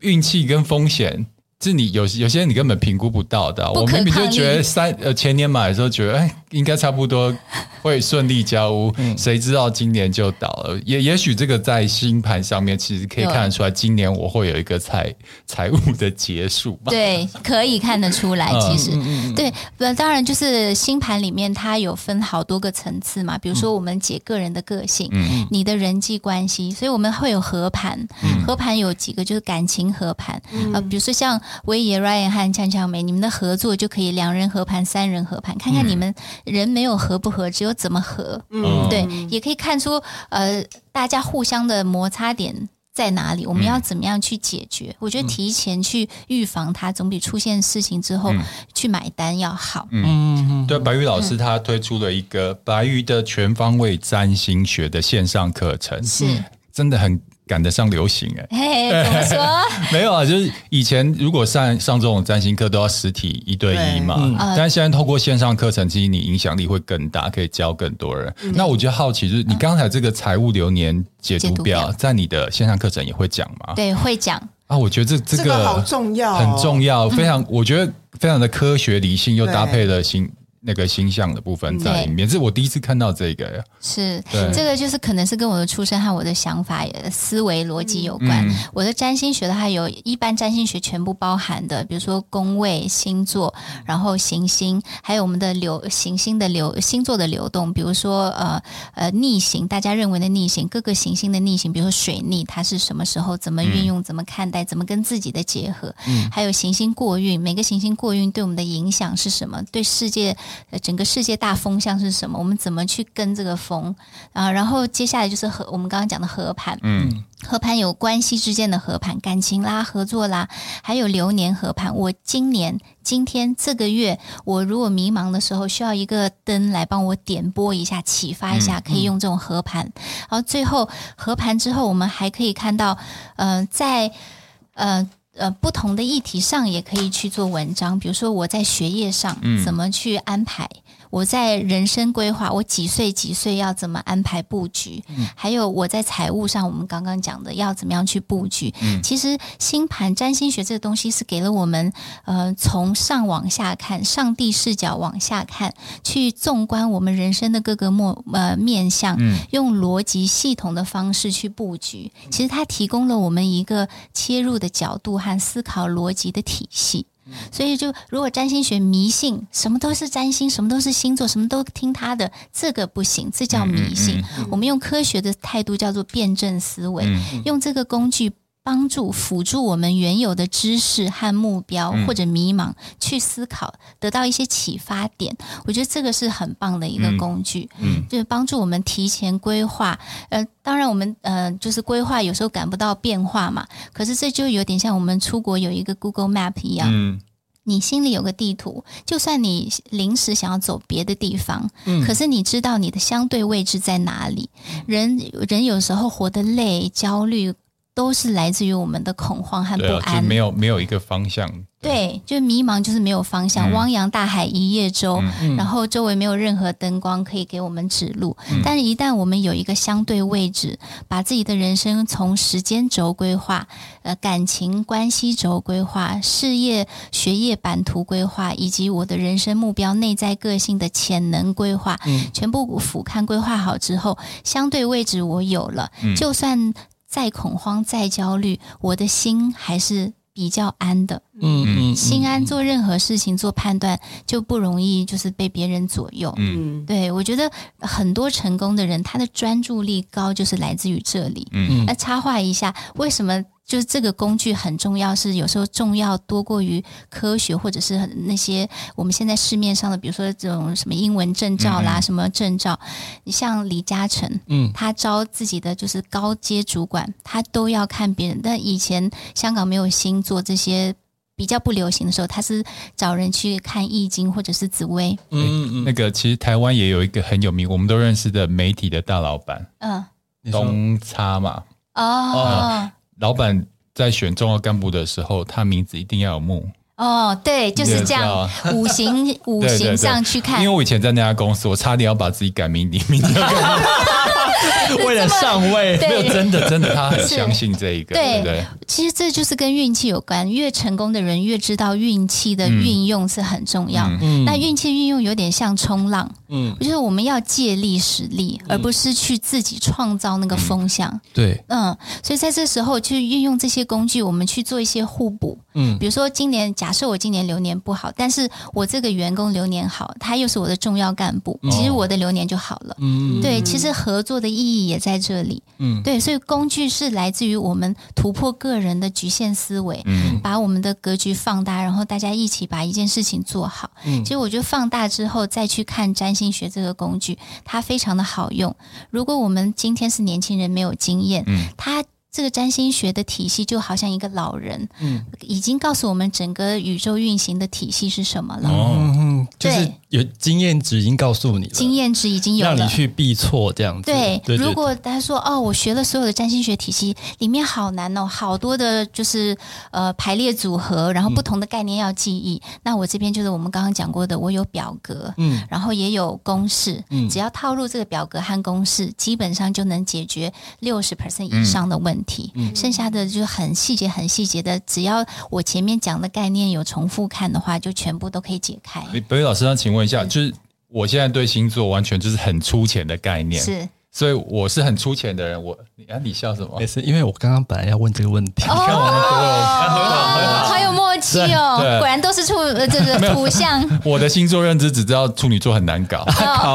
B: 运气跟风险。是你有有些你根本评估不到的啊、
C: 不
B: 我
C: 可
B: 明明就
C: 抗力
B: 觉得三呃前年买的时候觉得哎应该差不多会顺利交屋，谁知道今年就倒了。也也许这个在星盘上面其实可以
C: 有
B: 看得出来，今年我会有一个财财务的结束吧。
C: 对，可以看得出来，其
B: 嗯
C: 实、对，呃，当然就是星盘里面它有分好多个层次嘛，比如
B: 嗯
C: 说我们解个人的个性，你的人际关系，所以我们会有合盘，
B: 嗯
C: 合盘有几个就是感情合盘，呃，比如说像威爷 Ryan 和呛呛梅，你们的合作就可以两人合盘、三人合盘，看看你们人没有合不合，只有怎么合，
B: 嗯
C: 对，也可以看出呃大家互相的摩擦点在哪里，我们要怎么样去解决？我觉得提前去预防它，总比出现事情之后、去买单要好。
E: 嗯
B: 对，白玉老
C: 嗯
B: 师他推出了一个白玉的全方位占星学的线上课程，
C: 是，
B: 真的很赶得上流行哎、
C: 嘿，怎么说？
B: 没有啊，就是以前如果上上这种占星课都要实体一对一嘛，但是现在透过线上课程，其实你影响力会更大，可以教更多人。那我就好奇，就是你刚才这个财务流年解读
C: 解
B: 表，
C: 读表
B: 在你的线上课程也会讲吗？
C: 对，会讲。
B: 啊，我觉得这
A: 这个好重要哦
B: 很重要，非常，我觉得非常的科学理性，又
A: 对
B: 搭配了星那个星象的部分在里面。这是我第一次看到这个，
C: 是
B: 对，
C: 这个就是可能是跟我的出身和我的想法、也思维逻辑有关。嗯我的占星学的还有一般占星学全部包含的，比如说宫位、星座，然后行星，还有我们的流行星的流星座的流动，比如说呃呃逆行，大家认为的逆行，各个行星的逆行，比如说水逆，它是什么时候怎么运用、怎么看待、怎么跟自己的结合，还有行星过运，每个行星过运对我们的影响是什么，对世界呃整个世界大风向是什么，我们怎么去跟这个风啊？然后接下来就是和我们刚刚讲的合盘，
B: 嗯，
C: 合盘有关系之间的合盘，感情啦、合作啦，还有流年合盘。我今年、今天、这个月，我如果迷茫的时候，需要一个灯来帮我点拨一下、启发一下，可以用这种合盘。然后最后合盘之后，我们还可以看到，呃，在呃。呃，不同的议题上也可以去做文章，比如说我在学业上怎么去安排，我在人生规划，我几岁几岁要怎么安排布局，还有我在财务上，我们刚刚讲的要怎么样去布局。其实星盘占星学这个东西是给了我们，呃，从上往下看，上帝视角往下看，去纵观我们人生的各个莫呃面向，用逻辑系统的方式去布局。其实它提供了我们一个切入的角度和思考逻辑的体系。所以就如果占星学迷信，什么都是占星，什么都是星座，什么都听他的，这个不行，这叫迷信。我们用科学的态度叫做辩证思维，用这个工具。帮助辅助我们原有的知识和目标或者迷茫去思考，得到一些启发点。我觉得这个是很棒的一个工具，就是帮助我们提前规划。呃，当然我们呃就是规划有时候赶不到变化嘛，可是这就有点像我们出国有一个 Google Map 一样，
B: 嗯
C: 你心里有个地图，就算你临时想要走别的地方，
B: 嗯
C: 可是你知道你的相对位置在哪里。人人有时候活得累、焦虑，都是来自于我们的恐慌和不
B: 对啊，就
C: 安。
B: 没有没有一个方向，
C: 对，就迷茫，就是没有方向，汪洋大海一叶舟，然后周围没有任何灯光可以给我们指路。但是，一旦我们有一个相对位置，把自己的人生从时间轴规划、呃感情关系轴规划、事业学业版图规划，以及我的人生目标、内在个性的潜能规划，全部俯瞰规划好之后，相对位置我有了，就算再恐慌、再焦虑，我的心还是比较安的。
E: 嗯嗯，
C: 心安做任何事情、做判断就不容易，就是被别人左右。
A: 嗯，
C: 对我觉得很多成功的人，他的专注力高就是来自于这里。
B: 嗯
C: 那插话一下，为什么就是这个工具很重要？是有时候重要多过于科学，或者是很那些我们现在市面上的，比如说这种什么英文证照啦，什么证照。你像李嘉诚，
E: 嗯
C: 他招自己的就是高阶主管，他都要看别人。但以前香港没有星座这些。比较不流行的时候，他是找人去看易经或者是紫薇，
E: 嗯嗯
B: 那个其实台湾也有一个很有名，我们都认识的媒体的大老板
C: 嗯，
E: 嗯，
B: 东差嘛，
C: 哦
B: 老板在选重要干部的时候，他名字一定要有木，
C: 哦，对，就是这样，五行五
B: 对对
C: 行
B: 对
C: 上去看
B: 因为，我以前在那家公司，我差点要把自己改名 李明，
E: 为了上位，
B: 没有
C: 对，
B: 真的真的，他很
C: 是
B: 相信这一个，
C: 对
B: 对不对？
C: 其实这就是跟运气有关。越成功的人越知道运气的运用是很重要。那运气运用有点像冲浪，
E: 嗯，
C: 就是我们要借力使力，而不是去自己创造那个风向。
E: 对，
C: 嗯，所以在这时候去运用这些工具，我们去做一些互补。
E: 嗯
C: 比如说今年，假设我今年流年不好，但是我这个员工流年好，他又是我的重要干部，其实我的流年就好了。
E: 哦嗯
C: 对，其实合作的意义也在这里。
E: 嗯
C: 对，所以工具是来自于我们突破个人的局限思维，
B: 嗯
C: 把我们的格局放大，然后大家一起把一件事情做好。
E: 嗯
C: 其实我觉得放大之后再去看占星学这个工具，它非常的好用。如果我们今天是年轻人没有经验，
B: 嗯
C: 它。这个占星学的体系就好像一个老人，已经告诉我们整个宇宙运行的体系是什么了，
B: 哦，
E: 嗯嗯，就是
C: 对
E: 有经验值已经告诉你了，
C: 经验值已经有了，
E: 让你去避错这样子。
C: 对，
E: 对
C: 如果他说哦，我学了所有的占星学体系，里面好难哦，好多的就是呃排列组合，然后
E: 嗯
C: 不同的概念要记忆。那我这边就是我们刚刚讲过的，我有表格，
E: 嗯，
C: 然后也有公式，只要套入这个表格和公式，基本上就能解决六十 percent 以
E: 嗯
C: 上的问题。剩下的就很细节、很细节的，只要我前面讲的概念有重复看的话，就全部都可以解开。
B: 北宇老师，那请问一下，
C: 嗯
B: 就是我现在对星座完全就是很粗浅的概念，
C: 是
B: 所以我是很粗浅的人。我你啊，你笑什么
E: 没？事，因为我刚刚本来要问这个问题，
B: 看我们多
C: 哦，好有默契哦
B: 对，对
C: 果然都是处呃这个图 像
B: 我的星座认知只知道处女座很 难搞，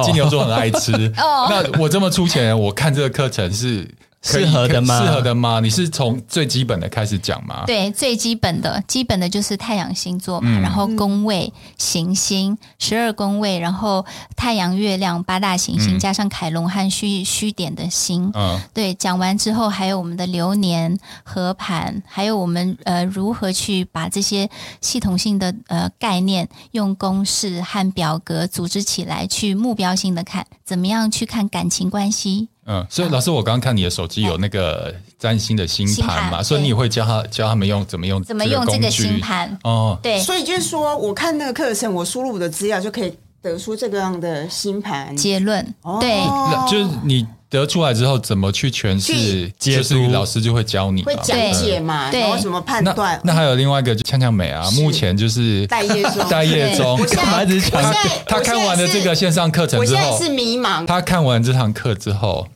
B: 金牛座很爱吃。
C: 哦
B: 那我这么粗浅，我看这个课程是
E: 适合的吗？
B: 可以适合的吗？你是从最基本的开始讲吗？
C: 对，最基本的，基本的就是太阳星座嘛，
B: 嗯
C: 然后宫位、行星、十二宫位，然后太阳、月亮八大行星，加上凯龙和虚虚点的星。
B: 嗯，
C: 对，讲完之后还有我们的流年、合盘，还有我们呃如何去把这些系统性的呃概念用公式和表格组织起来，去目标性的看，怎么样去看感情关系。
B: 嗯，所以老师，我刚刚看你的手机有那个占星的星盘
C: 星
B: 嘛，
C: 盘
B: 所以你也会教他教他们用怎么用
C: 怎么用这
B: 工
C: 个
B: 具
C: 星盘
B: 哦，
C: 对，
A: 所以就是说，我看那个课程，我输入我的资料就可以得出这个样的星盘。
C: 结论、
A: 哦
C: 对。
B: 那就是你得出来之后怎么去诠释
A: 去，
E: 解
B: 就
E: 读
B: 是老师就会教你嘛
A: 会讲
C: 对
A: 解嘛，
C: 对
A: 然后怎么判
B: 那
A: 断嗯
B: 那还有另外一个就呛呛美啊，目前就是
A: 待业中。
B: 待业中
A: 我，现在
E: 干嘛一直强
A: 我
E: 调
A: 现在
B: 他看完了这个，线上课程
A: 我
B: 之
A: 现在
B: 后
A: 是，迷茫。
B: 他看完这堂课之后，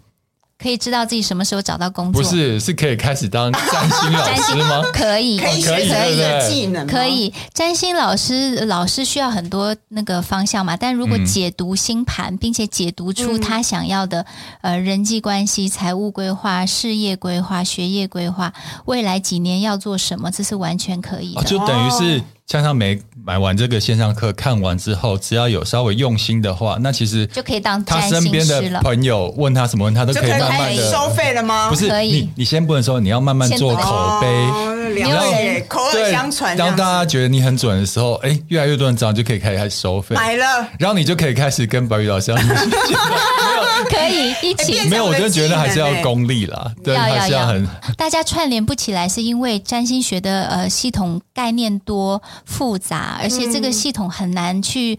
C: 可以知道自己什么时候找到工作。
B: 不是是可以开始当占星老
C: 占
B: 师
C: 星
B: 吗？
C: 可以，
A: 可以
B: 可
A: 学
B: 以
A: 习
B: 对
A: 一
B: 不对
A: 个技能吗，
C: 可以，占星老师老师需要很多那个方向嘛，但如果解读星盘，并且解读出他想要的、呃人际关系、财务规划、事业规划、学业规划，未来几年要做什么，这是完全可以的。
B: 哦，就等于是像上美买完这个线上课看完之后，只要有稍微用心的话，那其实
C: 就可以当
B: 他
C: 占
B: 身
C: 星
B: 边
C: 师
B: 的
C: 了。
B: 朋友问他什么问他都
A: 就
B: 可以
A: 可以
B: 慢
A: 开
B: 慢
A: 始
C: 哎
B: 的，
A: 收费了吗？
B: 不是
C: 可以
B: 你你先不能说你要慢慢
C: 先
B: 做
C: 不能
B: 口碑。
A: 哦了解，口耳
B: 对
A: 相传这
B: 当
A: 样子，
B: 大家觉得你很准的时候，哎，越来越多人找，你就可以开始收费，
A: 买了。
B: 然后你就可以开始跟白宇老师要
C: 可以一起
A: 哎变
B: 没有，我真的觉得还是
A: 欸
B: 要功利啦，对，
C: 要要
B: 还是要
C: 要
B: 很
C: 大家串联不起来，是因为占星学的呃系统概念多复杂，而且这个系统很难去。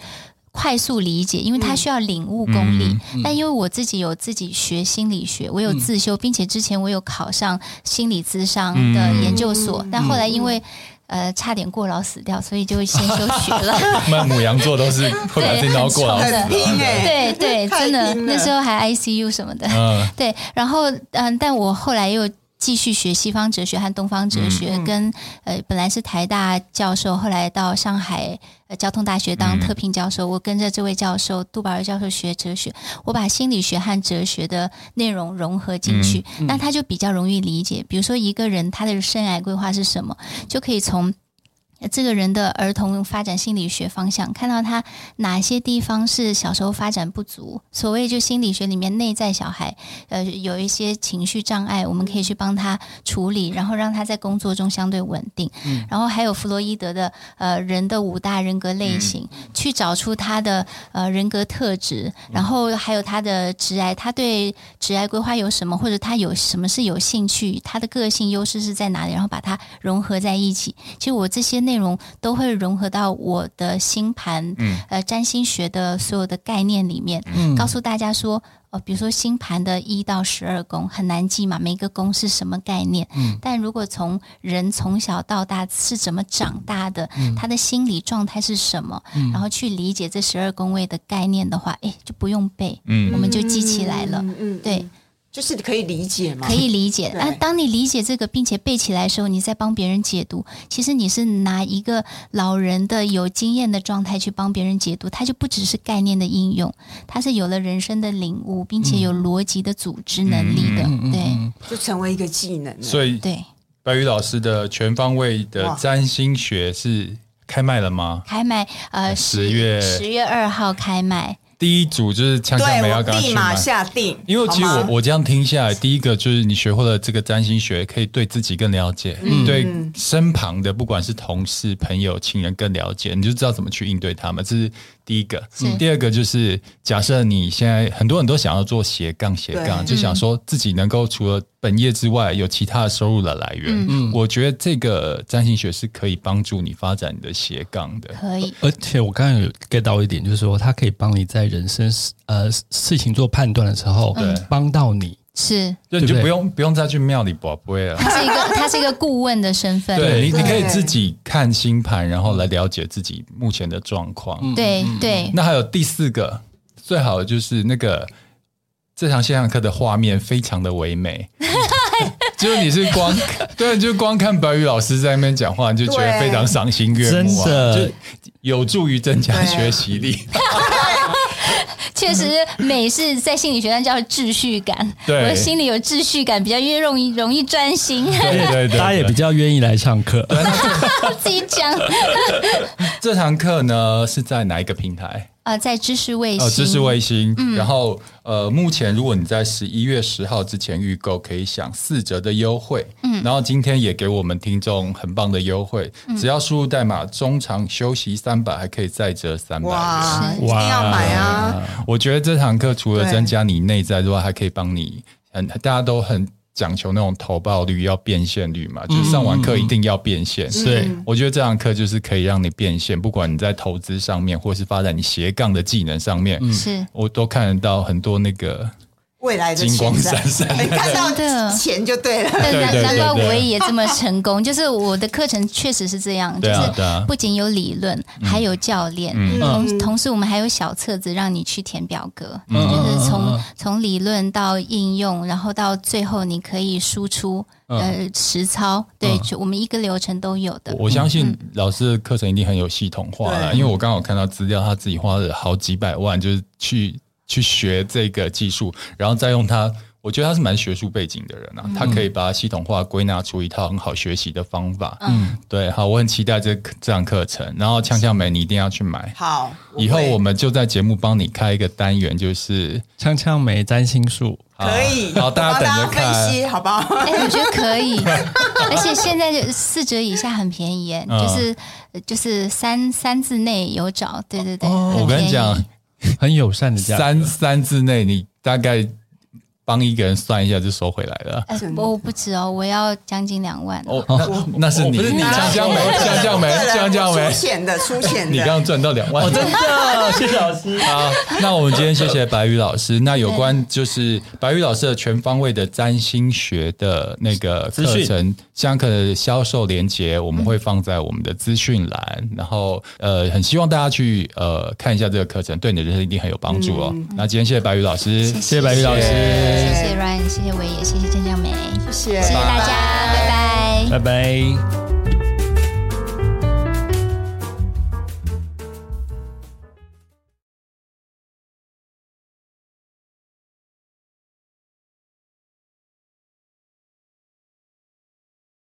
C: 快速理解，因为它需要领悟功力。但因为我自己有自己学心理学，我有自修，并且之前我有考上心理咨商的研究所，但后来因为呃差点过劳死掉，所以就先休学了。
B: 那母羊座都是会把自己熬过劳死
A: 很
B: 的
A: 拼哎、
C: 对 对，
A: 太
C: 真的
A: 拼了
C: 那时候还 ICU 什么的。
B: 嗯，
C: 对，然后嗯，但我后来又继续学西方哲学和东方哲学，跟呃本来是台大教授，后来到上海、呃、交通大学当特聘教授，我跟着这位教授杜保尔教授学哲学，我把心理学和哲学的内容融合进去，那他就比较容易理解。比如说一个人他的生涯规划是什么，就可以从。呃这个人的儿童发展心理学方向，看到他哪些地方是小时候发展不足。所谓就心理学里面内在小孩呃有一些情绪障碍，我们可以去帮他处理，然后让他在工作中相对稳定。然后还有弗洛伊德的呃人的五大人格类型，去找出他的呃人格特质，然后还有他的职癌，他对职癌规划有什么，或者他有什么是有兴趣，他的个性优势是在哪里，然后把它融合在一起。其实我这些内容都会融合到我的星盘，呃，占星学的所有的概念里面，告诉大家说，呃，比如说星盘的一到十二宫很难记嘛，每一个宫是什么概念？但如果从人从小到大是怎么长大的，他的心理状态是什么，然后去理解这十二宫位的概念的话，哎，就不用背，
B: 嗯
C: 我们就记起来了。
A: 嗯嗯，
C: 对，
A: 就是可以理解嘛，
C: 可以理解。
A: 对
C: 那当你理解这个并且背起来的时候，你再帮别人解读，其实你是拿一个老人的有经验的状态去帮别人解读，它就不只是概念的应用，它是有了人生的领悟，并且有逻辑的组织能力的。
A: 嗯
C: 对
A: 就成为一个技能了。
B: 所以
C: 对，
B: 白宇老师的全方位的
A: 哇
B: 占星学是开卖了吗？
C: 开卖呃
B: 十月
C: 十月二号开卖，
B: 第一组就是呛呛美
A: 对
B: 要
A: 我
B: 跟他去
A: 立马
B: 买。
A: 下定，
B: 因为其实
A: 好
B: 我
A: 吗
B: 我这样听下来，第一个就是你学会了这个占星学，可以对自己更了解，
A: 嗯
B: 对身旁的不管是同事、朋友、亲人更了解，你就知道怎么去应对他们。这是第一个。第二个就是假设你现在很多人都想要做斜杠斜杠，
A: 对
B: 就想说自己能够除了本业之外有其他的收入的来源。
A: 嗯
E: 嗯
B: 我觉得这个占星学是可以帮助你发展你的斜杠的。
C: 可以。
E: 而且我刚刚有 get 到一点，就是说它可以帮你在人生呃事情做判断的时候，帮到你。
C: 是，
B: 就你就
E: 对不对
B: 不用不用再去庙里卜啊卜了。
C: 它是一个，它是一个顾问的身份。
B: 对你，
A: 对
B: 你可以自己看星盘，然后来了解自己目前的状况。
C: 对对
B: 那还有第四个，最好的就是那个这堂线上课的画面非常的唯美， 就是你是光 对，就光看白宇老师在那边讲话，你就觉得
A: 对
B: 非常赏心悦目、啊，
E: 真的
B: 就有助于增加学习力。
C: 确实美是在心理学上叫秩序感，
B: 对
C: 我心里有秩序感，比较越容易容易专心。
B: 对对对对，
E: 大家也比较愿意来上课。
C: 自己讲啊、
B: 这堂课呢是在哪一个平台？
C: 啊在知识卫星，
B: 呃，知识卫星。然后呃，目前如果你在十一月十号之前预购，可以享四折的优惠。嗯，然后今天也给我们听众很棒的优惠，只要输入代码“中场休息三百”，还可以再折三百。
A: 哇，
C: 是
A: 一定要买啊！
B: 我觉得这堂课除了增加你内在之外，还可以帮你很大家都很讲求那种投报率，要变现率嘛，就是上完课一定要变现。
E: 对，
B: 我觉得这堂课就是可以让你变现，不管你在投资上面，或是发展你斜杠的技能上面，
C: 是
B: 我都看得到很多那个
A: 未来的
B: 金光闪闪。
A: 你看
C: 真
A: 到
C: 的
A: 钱就对了。
C: 但
B: 对对
C: 难难怪
B: 对对
C: 我也这么成功， 就是我的课程确实是这样，就
B: 对啊对
C: 是
B: 啊嗯
C: 不仅有理论，还有教练，同同时我们还有小册子让你去填表格，
B: 嗯
C: 就是从从理论到应用，然后到最后你可以输出
B: 嗯
C: 呃实操，对，就我们一个流程都有的
B: 我。我相信老师的课程一定很有系统化啦，
A: 对
B: 因为我刚好看到资料，他自己花了好几百万，就是去去学这个技术，然后再用它。我觉得他是蛮学术背景的人啊，他可以把它系统化归纳出一套很好学习的方法。嗯，对，好，我很期待这这堂课程。然后呛呛美，你一定要去买。
A: 好，
B: 以后
A: 会
B: 我们就在节目帮你开一个单元，就是
E: 锵锵梅占星术，
A: 可以，
B: 好，大家
A: 我帮
B: 等着
A: 分
B: 看。
A: 析，好不好？
C: 哎、我觉得可以，而且现在就四折以下很便宜耶，
B: 嗯
C: 就是就是三三字内有找，对对对，很
B: 哦我跟
C: 便
B: 你
C: 宜
B: 讲，
E: 很友善的家，
B: 三三之内，你大概帮一个人算一下就收回来了。
C: 呃，我我不止哦，我要将近两万哦。
B: 哦，那那是你，
E: 哦不是你
B: 江江梅，江江梅，江江梅
A: 出，钱的，出钱的，
E: 啊
B: 你刚刚赚到两万。
E: 哦的，谢谢老师。
B: 好， 那我们今天谢谢白宇老师。那有关就是白宇老师的全方位的占星学的那个
E: 资
B: 课
E: 讯
B: 程，相课的销售连接，我们会放在我们的资讯栏。然后呃，很希望大家去呃看一下这个课程，对你的人生一定很有帮助哦。那今天谢谢白宇老师，
C: 谢
E: 嗯谢白玉老师
C: 谢谢 Ryan，谢谢维也，谢谢郑江梅，
A: 谢谢
C: 谢谢大家，拜拜
E: 拜拜。